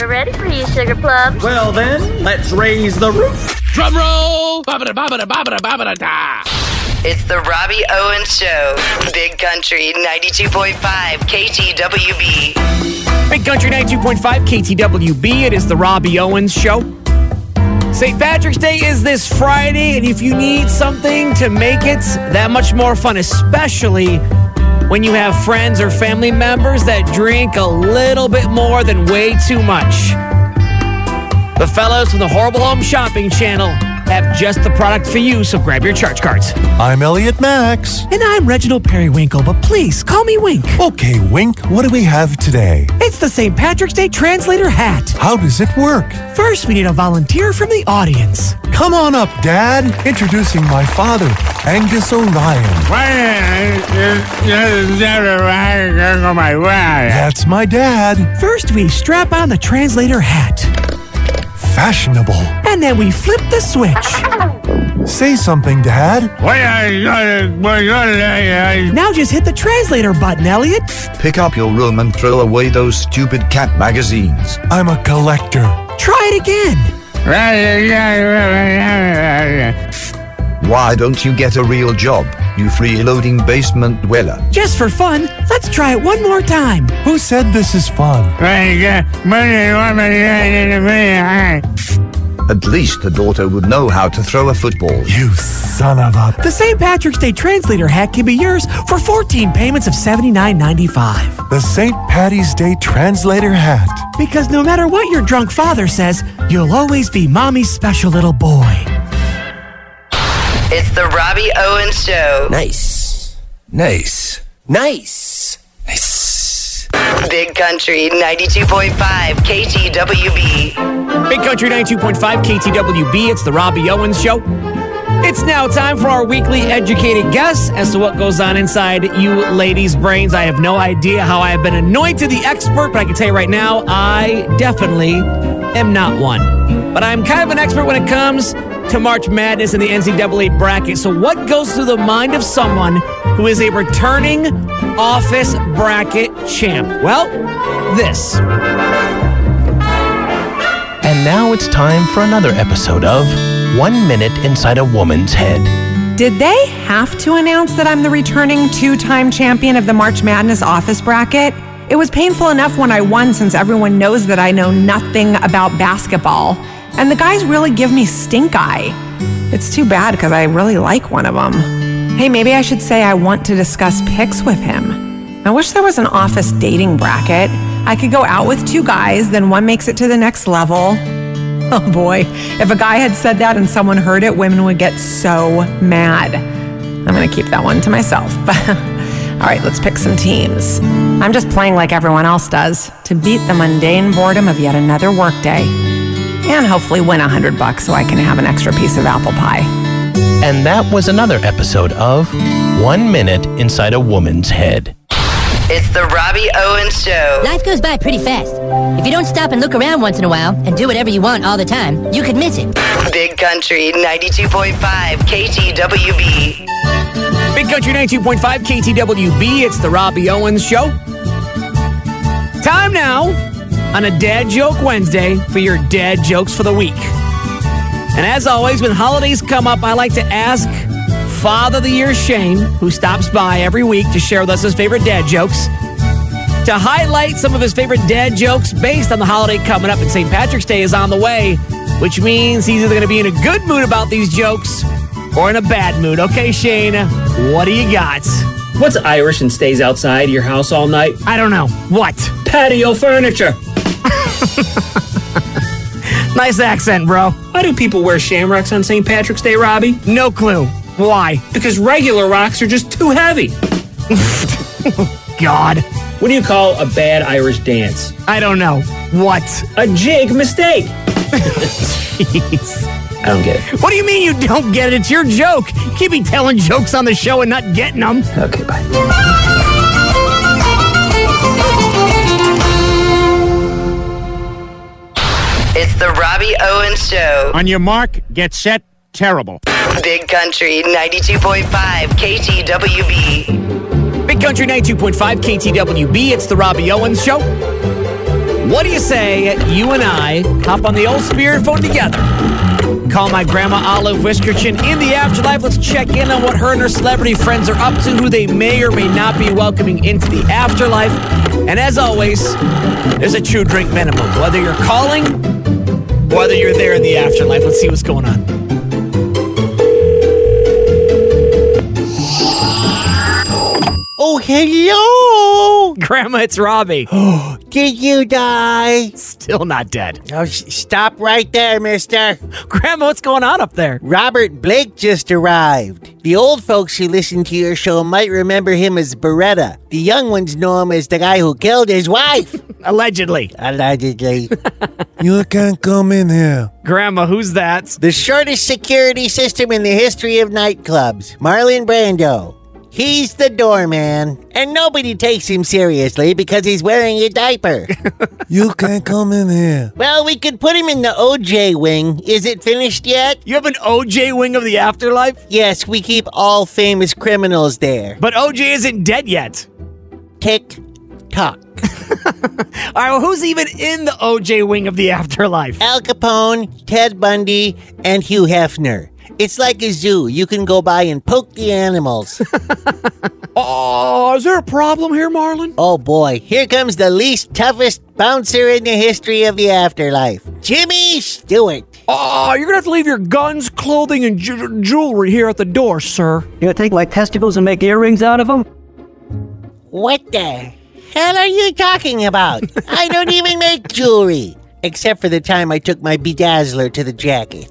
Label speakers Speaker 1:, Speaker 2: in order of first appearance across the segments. Speaker 1: We're ready for you, Sugar Plum.
Speaker 2: Well then, let's raise the roof.
Speaker 3: Drum roll! Babada babada babada babada da!
Speaker 4: It's the Robbie Owens Show. Big Country 92.5 KTWB.
Speaker 5: Big Country 92.5 KTWB. It is the Robbie Owens Show. St. Patrick's Day is this Friday, and if you need something to make it that much more fun, especially when you have friends or family members that drink a little bit more than way too much, the fellows from the Horrible Home Shopping Channel have just the product for you, so grab your charge cards.
Speaker 6: I'm Elliot Max.
Speaker 5: And I'm Reginald Periwinkle, but please call me Wink.
Speaker 6: Okay, Wink, what do we have today?
Speaker 5: It's the St. Patrick's Day translator hat.
Speaker 6: How does it work?
Speaker 5: First, we need a volunteer from the audience.
Speaker 6: Come on up, Dad. Introducing my father, Angus O'Ryan. That's my dad.
Speaker 5: First, we strap on the translator hat,
Speaker 6: Fashionable.
Speaker 5: and then we flip the switch.
Speaker 6: Say something, Dad.
Speaker 5: Now just hit the translator button, Elliot.
Speaker 7: Pick up your room and throw away those stupid cat magazines.
Speaker 6: I'm a collector.
Speaker 5: Try it again.
Speaker 7: Why don't you get a real job, you freeloading basement dweller?
Speaker 5: Just for fun, let's try it one more time.
Speaker 6: Who said this is fun?
Speaker 7: At least the daughter would know how to throw a football.
Speaker 6: You son of a.
Speaker 5: The St. Patrick's Day translator hat can be yours for 14 payments of $79.95.
Speaker 6: The St. Patty's Day translator hat.
Speaker 5: Because no matter what your drunk father says, you'll always be mommy's special little boy.
Speaker 4: It's the Robbie Owens Show.
Speaker 8: Nice. Nice. Nice. Nice.
Speaker 4: Big Country 92.5 KTWB.
Speaker 5: Big Country 92.5 KTWB, it's the Robbie Owens Show. It's now time for our weekly educated guess as to what goes on inside you ladies' brains. I have no idea how I have been anointed the expert, but I can tell you right now, I definitely am not one. But I'm kind of an expert when it comes to March Madness and the NCAA bracket. So, what goes through the mind of someone who is a returning office bracket champ? Well, this.
Speaker 8: And now it's time for another episode of One Minute Inside a Woman's Head.
Speaker 9: Did they have to announce that I'm the returning two time champion of the March Madness office bracket? It was painful enough when I won since everyone knows that I know nothing about basketball. And the guys really give me stink eye. It's too bad because I really like one of them. Hey, maybe I should say I want to discuss picks with him. I wish there was an office dating bracket. I could go out with two guys, then one makes it to the next level. Oh boy, if a guy had said that and someone heard it, women would get so mad. I'm going to keep that one to myself. All right, let's pick some teams. I'm just playing like everyone else does to beat the mundane boredom of yet another workday and hopefully win a 100 bucks so I can have an extra piece of apple pie.
Speaker 8: And that was another episode of One Minute Inside a Woman's Head.
Speaker 4: It's the Robbie Owens Show.
Speaker 10: Life goes by pretty fast. If you don't stop and look around once in a while and do whatever you want all the time, you could miss it.
Speaker 4: Big Country 92.5 KTWB.
Speaker 5: Big Country 92.5 KTWB, it's the Robbie Owens Show. Time now on a Dad Joke Wednesday for your dad jokes for the week. And as always, when holidays come up, I like to ask Father of the Year Shane, who stops by every week to share with us his favorite dad jokes, to highlight some of his favorite dad jokes based on the holiday coming up. And St. Patrick's Day is on the way, which means he's either going to be in a good mood about these jokes or in a bad mood. Okay, Shane, what do you got?
Speaker 2: What's Irish and stays outside your house all night?
Speaker 5: I don't know. What?
Speaker 2: Patio furniture.
Speaker 5: Nice accent, bro.
Speaker 2: Why do people wear shamrocks on St. Patrick's Day, Robbie?
Speaker 5: No clue. Why?
Speaker 2: Because regular rocks are just too heavy.
Speaker 5: God.
Speaker 2: What do you call a bad Irish dance?
Speaker 5: I don't know. What?
Speaker 2: A jig mistake.
Speaker 5: Jeez.
Speaker 2: I don't get it.
Speaker 5: What do you mean you don't get it? It's your joke. You can't be telling jokes on the show and not getting them.
Speaker 2: Okay, bye.
Speaker 4: It's the Robbie Owens Show.
Speaker 11: On your mark, get set, terrible.
Speaker 4: Big Country 92.5 KTWB.
Speaker 5: Big Country 92.5 KTWB. It's the Robbie Owens Show. What do you say you and I hop on the old spirit phone together? Call my grandma Olive Whiskerchin in the afterlife. Let's check in on what her and her celebrity friends are up to, who they may or may not be welcoming into the afterlife. And as always, there's a true drink minimum. Whether you're calling, whether you're there in the afterlife, let's see what's going on.
Speaker 12: Oh, hello!
Speaker 5: Grandma, it's Robbie.
Speaker 12: Did you die?
Speaker 5: Still not dead.
Speaker 12: Oh, s- stop right there, mister.
Speaker 5: Grandma, what's going on up there?
Speaker 12: Robert Blake just arrived. The old folks who listen to your show might remember him as Beretta. The young ones know him as the guy who killed his wife.
Speaker 5: Allegedly.
Speaker 12: Allegedly.
Speaker 13: You can't come in here.
Speaker 5: Grandma, who's that?
Speaker 12: the shortest security system in the history of nightclubs, Marlon Brando. He's the doorman, and nobody takes him seriously because he's wearing a diaper.
Speaker 13: You can't come in here.
Speaker 12: well, we could put him in the OJ wing. Is it finished yet?
Speaker 5: You have an OJ wing of the afterlife?
Speaker 12: Yes, we keep all famous criminals there.
Speaker 5: But OJ isn't dead yet.
Speaker 12: Tick tock.
Speaker 5: All right, well, who's even in the OJ wing of the afterlife?
Speaker 12: Al Capone, Ted Bundy, and Hugh Hefner. It's like a zoo. You can go by and poke the animals.
Speaker 5: Oh, is there a problem here, Marlon?
Speaker 12: oh boy, here comes the least toughest bouncer in the history of the afterlife Jimmy Stewart.
Speaker 5: Oh, you're gonna have to leave your guns, clothing, and ju- jewelry here at the door, sir.
Speaker 14: You'll take my testicles and make earrings out of them?
Speaker 12: What the hell are you talking about? I don't even make jewelry. Except for the time I took my bedazzler to the jacket.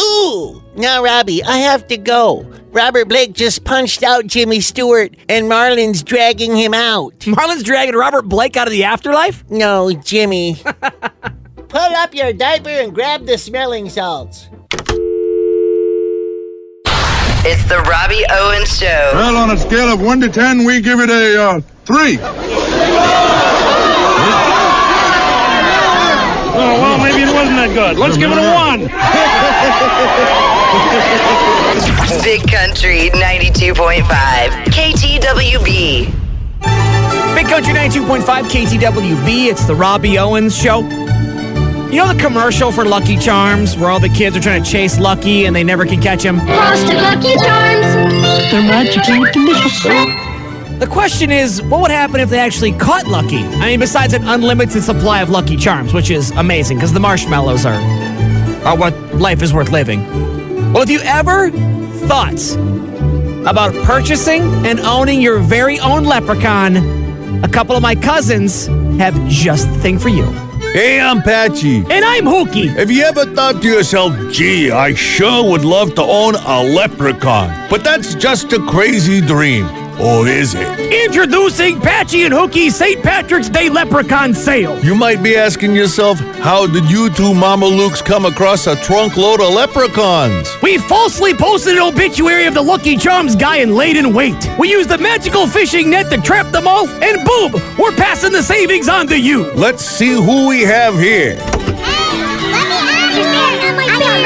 Speaker 12: Ooh! Now, Robbie, I have to go. Robert Blake just punched out Jimmy Stewart, and Marlin's dragging him out.
Speaker 5: Marlon's dragging Robert Blake out of the afterlife?
Speaker 12: No, Jimmy. Pull up your diaper and grab the smelling salts.
Speaker 4: It's the Robbie Owens Show.
Speaker 11: Well, on a scale of one to ten, we give it a uh, three.
Speaker 6: Oh, well, maybe it wasn't that good. Let's give it a one.
Speaker 4: Big Country 92.5. KTWB.
Speaker 5: Big Country 92.5 KTWB, it's the Robbie Owens show. You know the commercial for Lucky Charms where all the kids are trying to chase Lucky and they never can catch him?
Speaker 15: Frosted Lucky Charms. They're magically delicious.
Speaker 5: The question is, what would happen if they actually caught Lucky? I mean, besides an unlimited supply of Lucky Charms, which is amazing because the marshmallows are are what life is worth living. Well, if you ever thought about purchasing and owning your very own leprechaun, a couple of my cousins have just the thing for you.
Speaker 16: Hey, I'm Patchy.
Speaker 5: And I'm Hookie.
Speaker 16: Have you ever thought to yourself, gee, I sure would love to own a leprechaun? But that's just a crazy dream. Or is it?
Speaker 5: Introducing Patchy and Hookie's St. Patrick's Day Leprechaun Sale.
Speaker 16: You might be asking yourself, how did you two Mama Lukes come across a trunk load of leprechauns?
Speaker 5: We falsely posted an obituary of the Lucky Charms guy and laid in wait. We used the magical fishing net to trap them all, and boom, we're passing the savings on to you.
Speaker 16: Let's see who we have here.
Speaker 15: You got some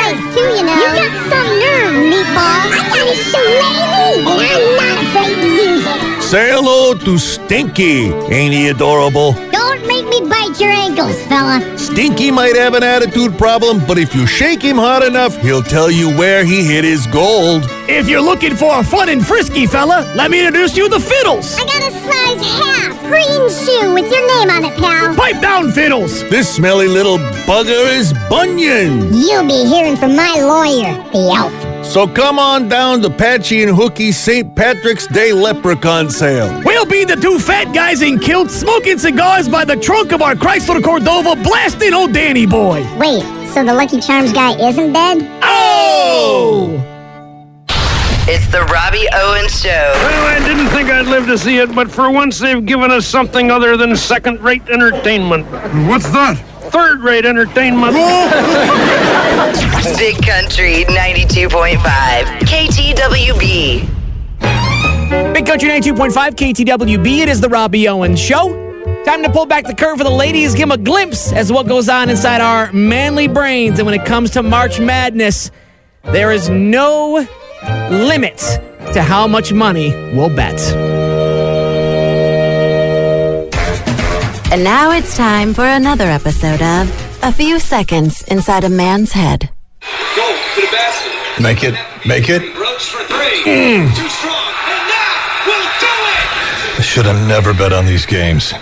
Speaker 15: nerve, meatball. I got a shillelagh, and I'm not afraid to use it.
Speaker 16: Say hello to Stinky. Ain't he adorable?
Speaker 15: Don't make me bite your ankles, fella.
Speaker 16: Stinky might have an attitude problem, but if you shake him hard enough, he'll tell you where he hid his gold.
Speaker 5: If you're looking for a fun and frisky fella, let me introduce you to Fiddles.
Speaker 15: I got a size half green shoe with your name on it, pal.
Speaker 5: Pipe down, Fiddles.
Speaker 16: This smelly little bugger is Bunyan.
Speaker 15: You'll be hearing from my lawyer, the elf.
Speaker 16: So come on down to Patchy and Hookie's St. Patrick's Day Leprechaun Sale.
Speaker 5: We'll be the two fat guys in kilts smoking cigars by the trunk of our Chrysler Cordova blasting old Danny boy.
Speaker 15: Wait, so the Lucky Charms guy isn't dead?
Speaker 5: Oh!
Speaker 4: It's the Robbie Owens Show.
Speaker 6: Well, I didn't think I'd live to see it, but for once they've given us something other than second rate entertainment.
Speaker 11: What's that? Oh.
Speaker 6: Third rate entertainment.
Speaker 4: Big Country 92.5. KTWB.
Speaker 5: Big Country 92.5 KTWB. It is the Robbie Owens Show. Time to pull back the curtain for the ladies, give them a glimpse as to what goes on inside our manly brains. And when it comes to March Madness, there is no limit to how much money we'll bet.
Speaker 17: And now it's time for another episode of A Few Seconds Inside a Man's Head.
Speaker 7: Make it. Make it.
Speaker 15: Too strong.
Speaker 7: I should have never bet on these games.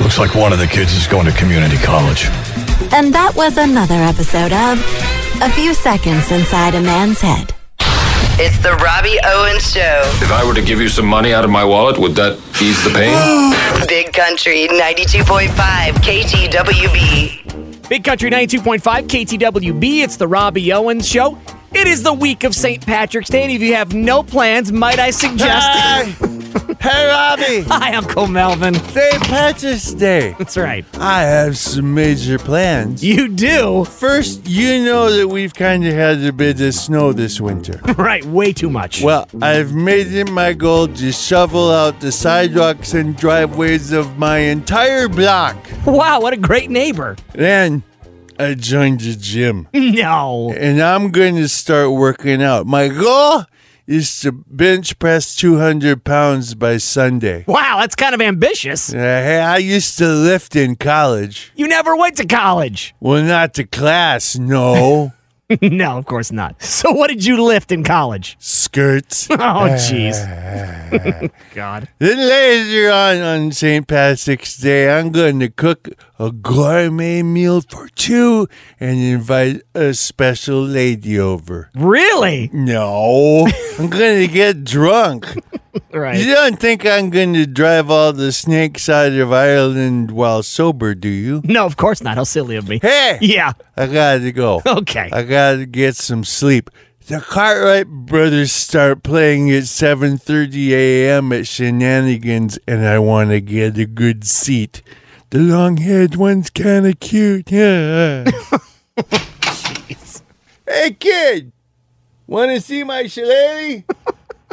Speaker 7: Looks like one of the kids is going to community college.
Speaker 17: And that was another episode of A Few Seconds Inside a Man's Head.
Speaker 4: It's the Robbie Owens Show.
Speaker 18: If I were to give you some money out of my wallet, would that ease the pain?
Speaker 4: Big Country 92.5 KTWB.
Speaker 5: Big Country 92.5 KTWB. It's the Robbie Owens Show. It is the week of St. Patrick's Day, and if you have no plans, might I suggest.
Speaker 16: Hey, Robbie.
Speaker 5: Hi, Uncle Oh, Melvin.
Speaker 16: St. Patrick's Day.
Speaker 5: That's right.
Speaker 16: I have some major plans.
Speaker 5: You do?
Speaker 16: First, you know that we've kind of had a bit of snow this winter.
Speaker 5: right, way too much.
Speaker 16: Well, I've made it my goal to shovel out the sidewalks and driveways of my entire block.
Speaker 5: Wow, what a great neighbor.
Speaker 16: Then I joined the gym.
Speaker 5: No.
Speaker 16: And I'm going to start working out. My goal is to bench press 200 pounds by Sunday.
Speaker 5: Wow, that's kind of ambitious.
Speaker 16: Uh, hey, I used to lift in college.
Speaker 5: You never went to college.
Speaker 16: Well, not to class, no.
Speaker 5: no, of course not. So, what did you lift in college?
Speaker 16: Skirts.
Speaker 5: Oh, jeez. God.
Speaker 16: Then later on on St. Patrick's Day, I'm going to cook a gourmet meal for two and invite a special lady over.
Speaker 5: Really?
Speaker 16: No, I'm going to get drunk.
Speaker 5: Right.
Speaker 16: You don't think I'm going to drive all the snakes out of Ireland while sober, do you?
Speaker 5: No, of course not. How silly of me.
Speaker 16: Hey!
Speaker 5: Yeah.
Speaker 16: I gotta go.
Speaker 5: Okay.
Speaker 16: I gotta get some sleep. The Cartwright brothers start playing at 7:30 a.m. at Shenanigans, and I want to get a good seat. The long-haired one's kind of cute. Yeah. hey, kid, want to see my shillelagh?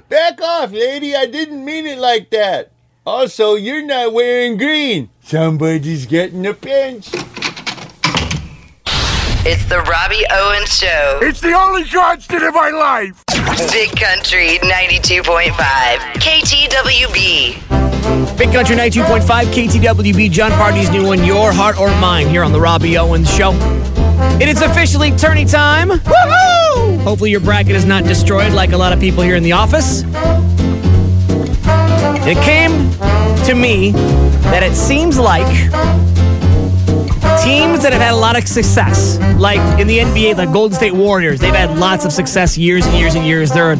Speaker 16: Back off, lady. I didn't mean it like that. Also, you're not wearing green. Somebody's getting a pinch.
Speaker 4: It's the Robbie Owens Show.
Speaker 19: It's the only constant in my life.
Speaker 4: Big Country 92.5 KTWB.
Speaker 5: Big Country 92.5 KTWB, John Party's new one, Your Heart or Mine, here on The Robbie Owens Show. It is officially tourney time. Woohoo! Hopefully, your bracket is not destroyed like a lot of people here in the office. It came to me that it seems like teams that have had a lot of success, like in the NBA, the Golden State Warriors, they've had lots of success years and years and years. They're a,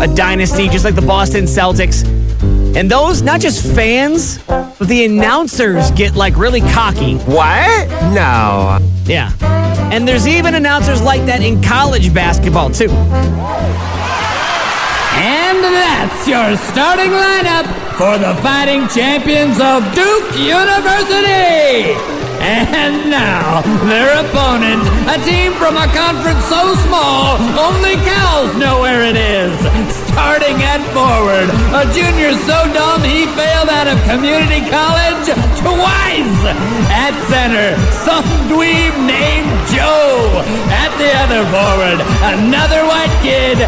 Speaker 5: a dynasty, just like the Boston Celtics. And those, not just fans, but the announcers get like really cocky.
Speaker 20: What? No.
Speaker 5: Yeah. And there's even announcers like that in college basketball, too.
Speaker 20: And that's your starting lineup for the fighting champions of Duke University. And now, their opponent, a team from a conference so small, only cows know where it is. Starting at forward, a junior so dumb he failed out of community college twice. At center, some dweeb named Joe. At the other forward, another white kid.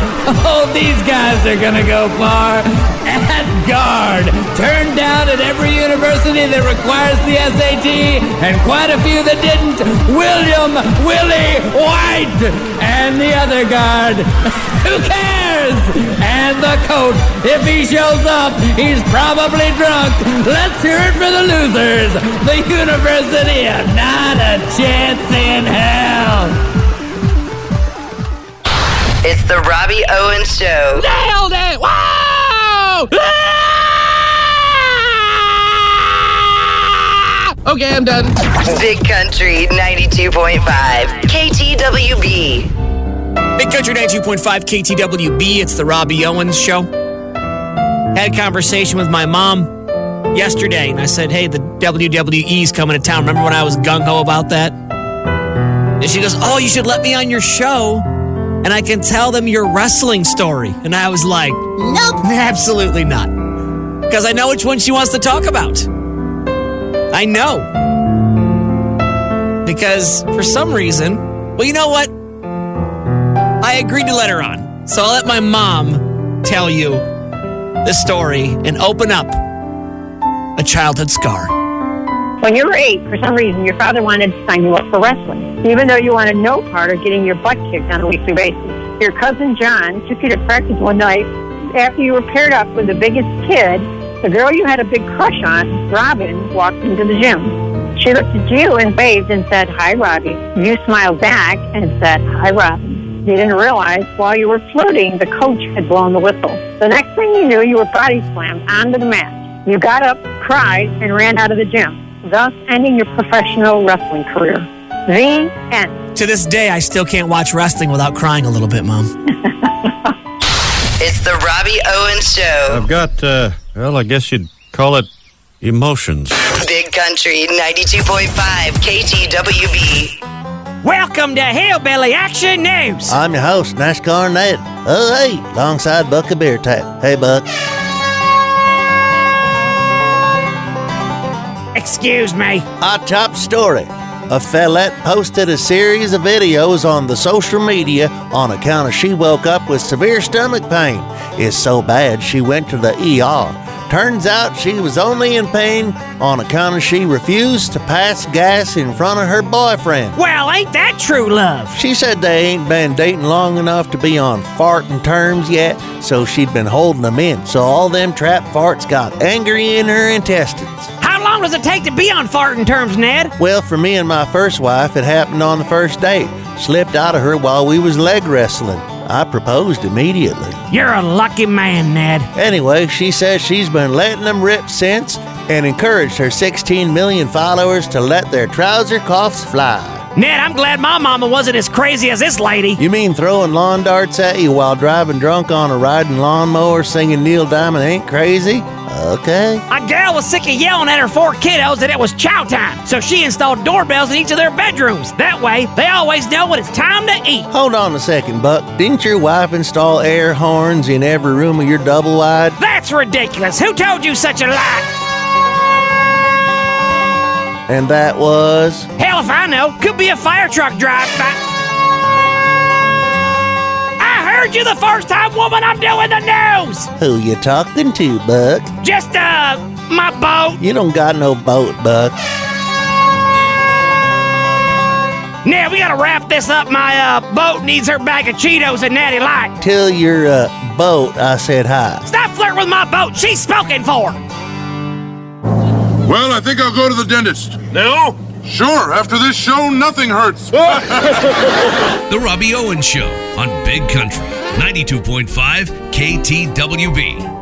Speaker 20: Oh, these guys are gonna go far. At guard, turned down at every university that requires the SAT, and quite a few that didn't. William Willie White, and the other guard. Who cares? And the coach, if he shows up, he's probably drunk. Let's hear it for the losers. The university, have not a chance in hell.
Speaker 4: It's the Robbie Owens Show.
Speaker 3: Nailed it! Wow! Ah! Okay, I'm done.
Speaker 4: Big Country 92.5 KTWB.
Speaker 5: Big Country 92.5 KTWB, it's the Robbie Owens Show. Had a conversation with my mom yesterday, and I said, Hey, the WWE's coming to town. Remember when I was gung ho about that? And she goes, Oh, you should let me on your show, and I can tell them your wrestling story. And I was like, Nope, absolutely not. Because I know which one she wants to talk about. I know. Because for some reason, well, you know what? I agreed to let her on. So I'll let my mom tell you the story and open up a childhood scar.
Speaker 21: When you were eight, for some reason, your father wanted to sign you up for wrestling, even though you wanted no part of getting your butt kicked on a weekly basis. Your cousin John took you to practice one night after you were paired up with the biggest kid. The girl you had a big crush on, Robin, walked into the gym. She looked at you and waved and said, Hi, Robbie. You smiled back and said, Hi, Robin. You didn't realize while you were floating, the coach had blown the whistle. The next thing you knew, you were body slammed onto the mat. You got up, cried, and ran out of the gym, thus ending your professional wrestling career. The end.
Speaker 22: To this day, I still can't watch wrestling without crying a little bit, Mom.
Speaker 4: It's the Robbie Owens Show.
Speaker 23: I've got, uh, well, I guess you'd call it emotions.
Speaker 4: Big Country 92.5 KTWB.
Speaker 1: Welcome to Hillbilly Action News. I'm your host, Nash Garnett. Oh, hey, alongside Buck a Beer Tap. Hey, Buck. Excuse me. Our top story. A fellette posted a series of videos on the social media on account of she woke up with severe stomach pain. It's so bad she went to the ER. Turns out she was only in pain on account of she refused to pass gas in front of her boyfriend.
Speaker 5: Well, ain't that true love?
Speaker 1: She said they ain't been dating long enough to be on farting terms yet, so she'd been holding them in. So all them trap farts got angry in her intestines.
Speaker 5: How long does it take to be on farting terms, Ned?
Speaker 1: Well, for me and my first wife, it happened on the first date. Slipped out of her while we was leg wrestling. I proposed immediately.
Speaker 5: You're a lucky man, Ned.
Speaker 1: Anyway, she says she's been letting them rip since and encouraged her 16 million followers to let their trouser coughs fly.
Speaker 5: Ned, I'm glad my mama wasn't as crazy as this lady.
Speaker 1: You mean throwing lawn darts at you while driving drunk on a riding lawnmower singing Neil Diamond ain't crazy? Okay.
Speaker 5: A gal was sick of yelling at her four kiddos that it was chow time, so she installed doorbells in each of their bedrooms. That way, they always know when it's time to eat.
Speaker 1: Hold on a second, Buck. Didn't your wife install air horns in every room of your double wide?
Speaker 5: That's ridiculous. Who told you such a lie?
Speaker 1: And that was.
Speaker 5: Hell if I know. Could be a fire truck drive by. I heard you the first time, woman. I'm doing the news.
Speaker 1: Who you talking to, Buck?
Speaker 5: Just, uh, my boat.
Speaker 1: You don't got no boat, Buck.
Speaker 5: Now we gotta wrap this up. My uh, boat needs her bag of Cheetos and Natty Light.
Speaker 1: Tell your uh, boat I said hi.
Speaker 5: Stop flirting with my boat. She's spoken for.
Speaker 19: Well, I think I'll go to the dentist. Now? Sure, after this show, nothing hurts.
Speaker 6: The Robbie Owen Show on Big Country 92.5 KTWB.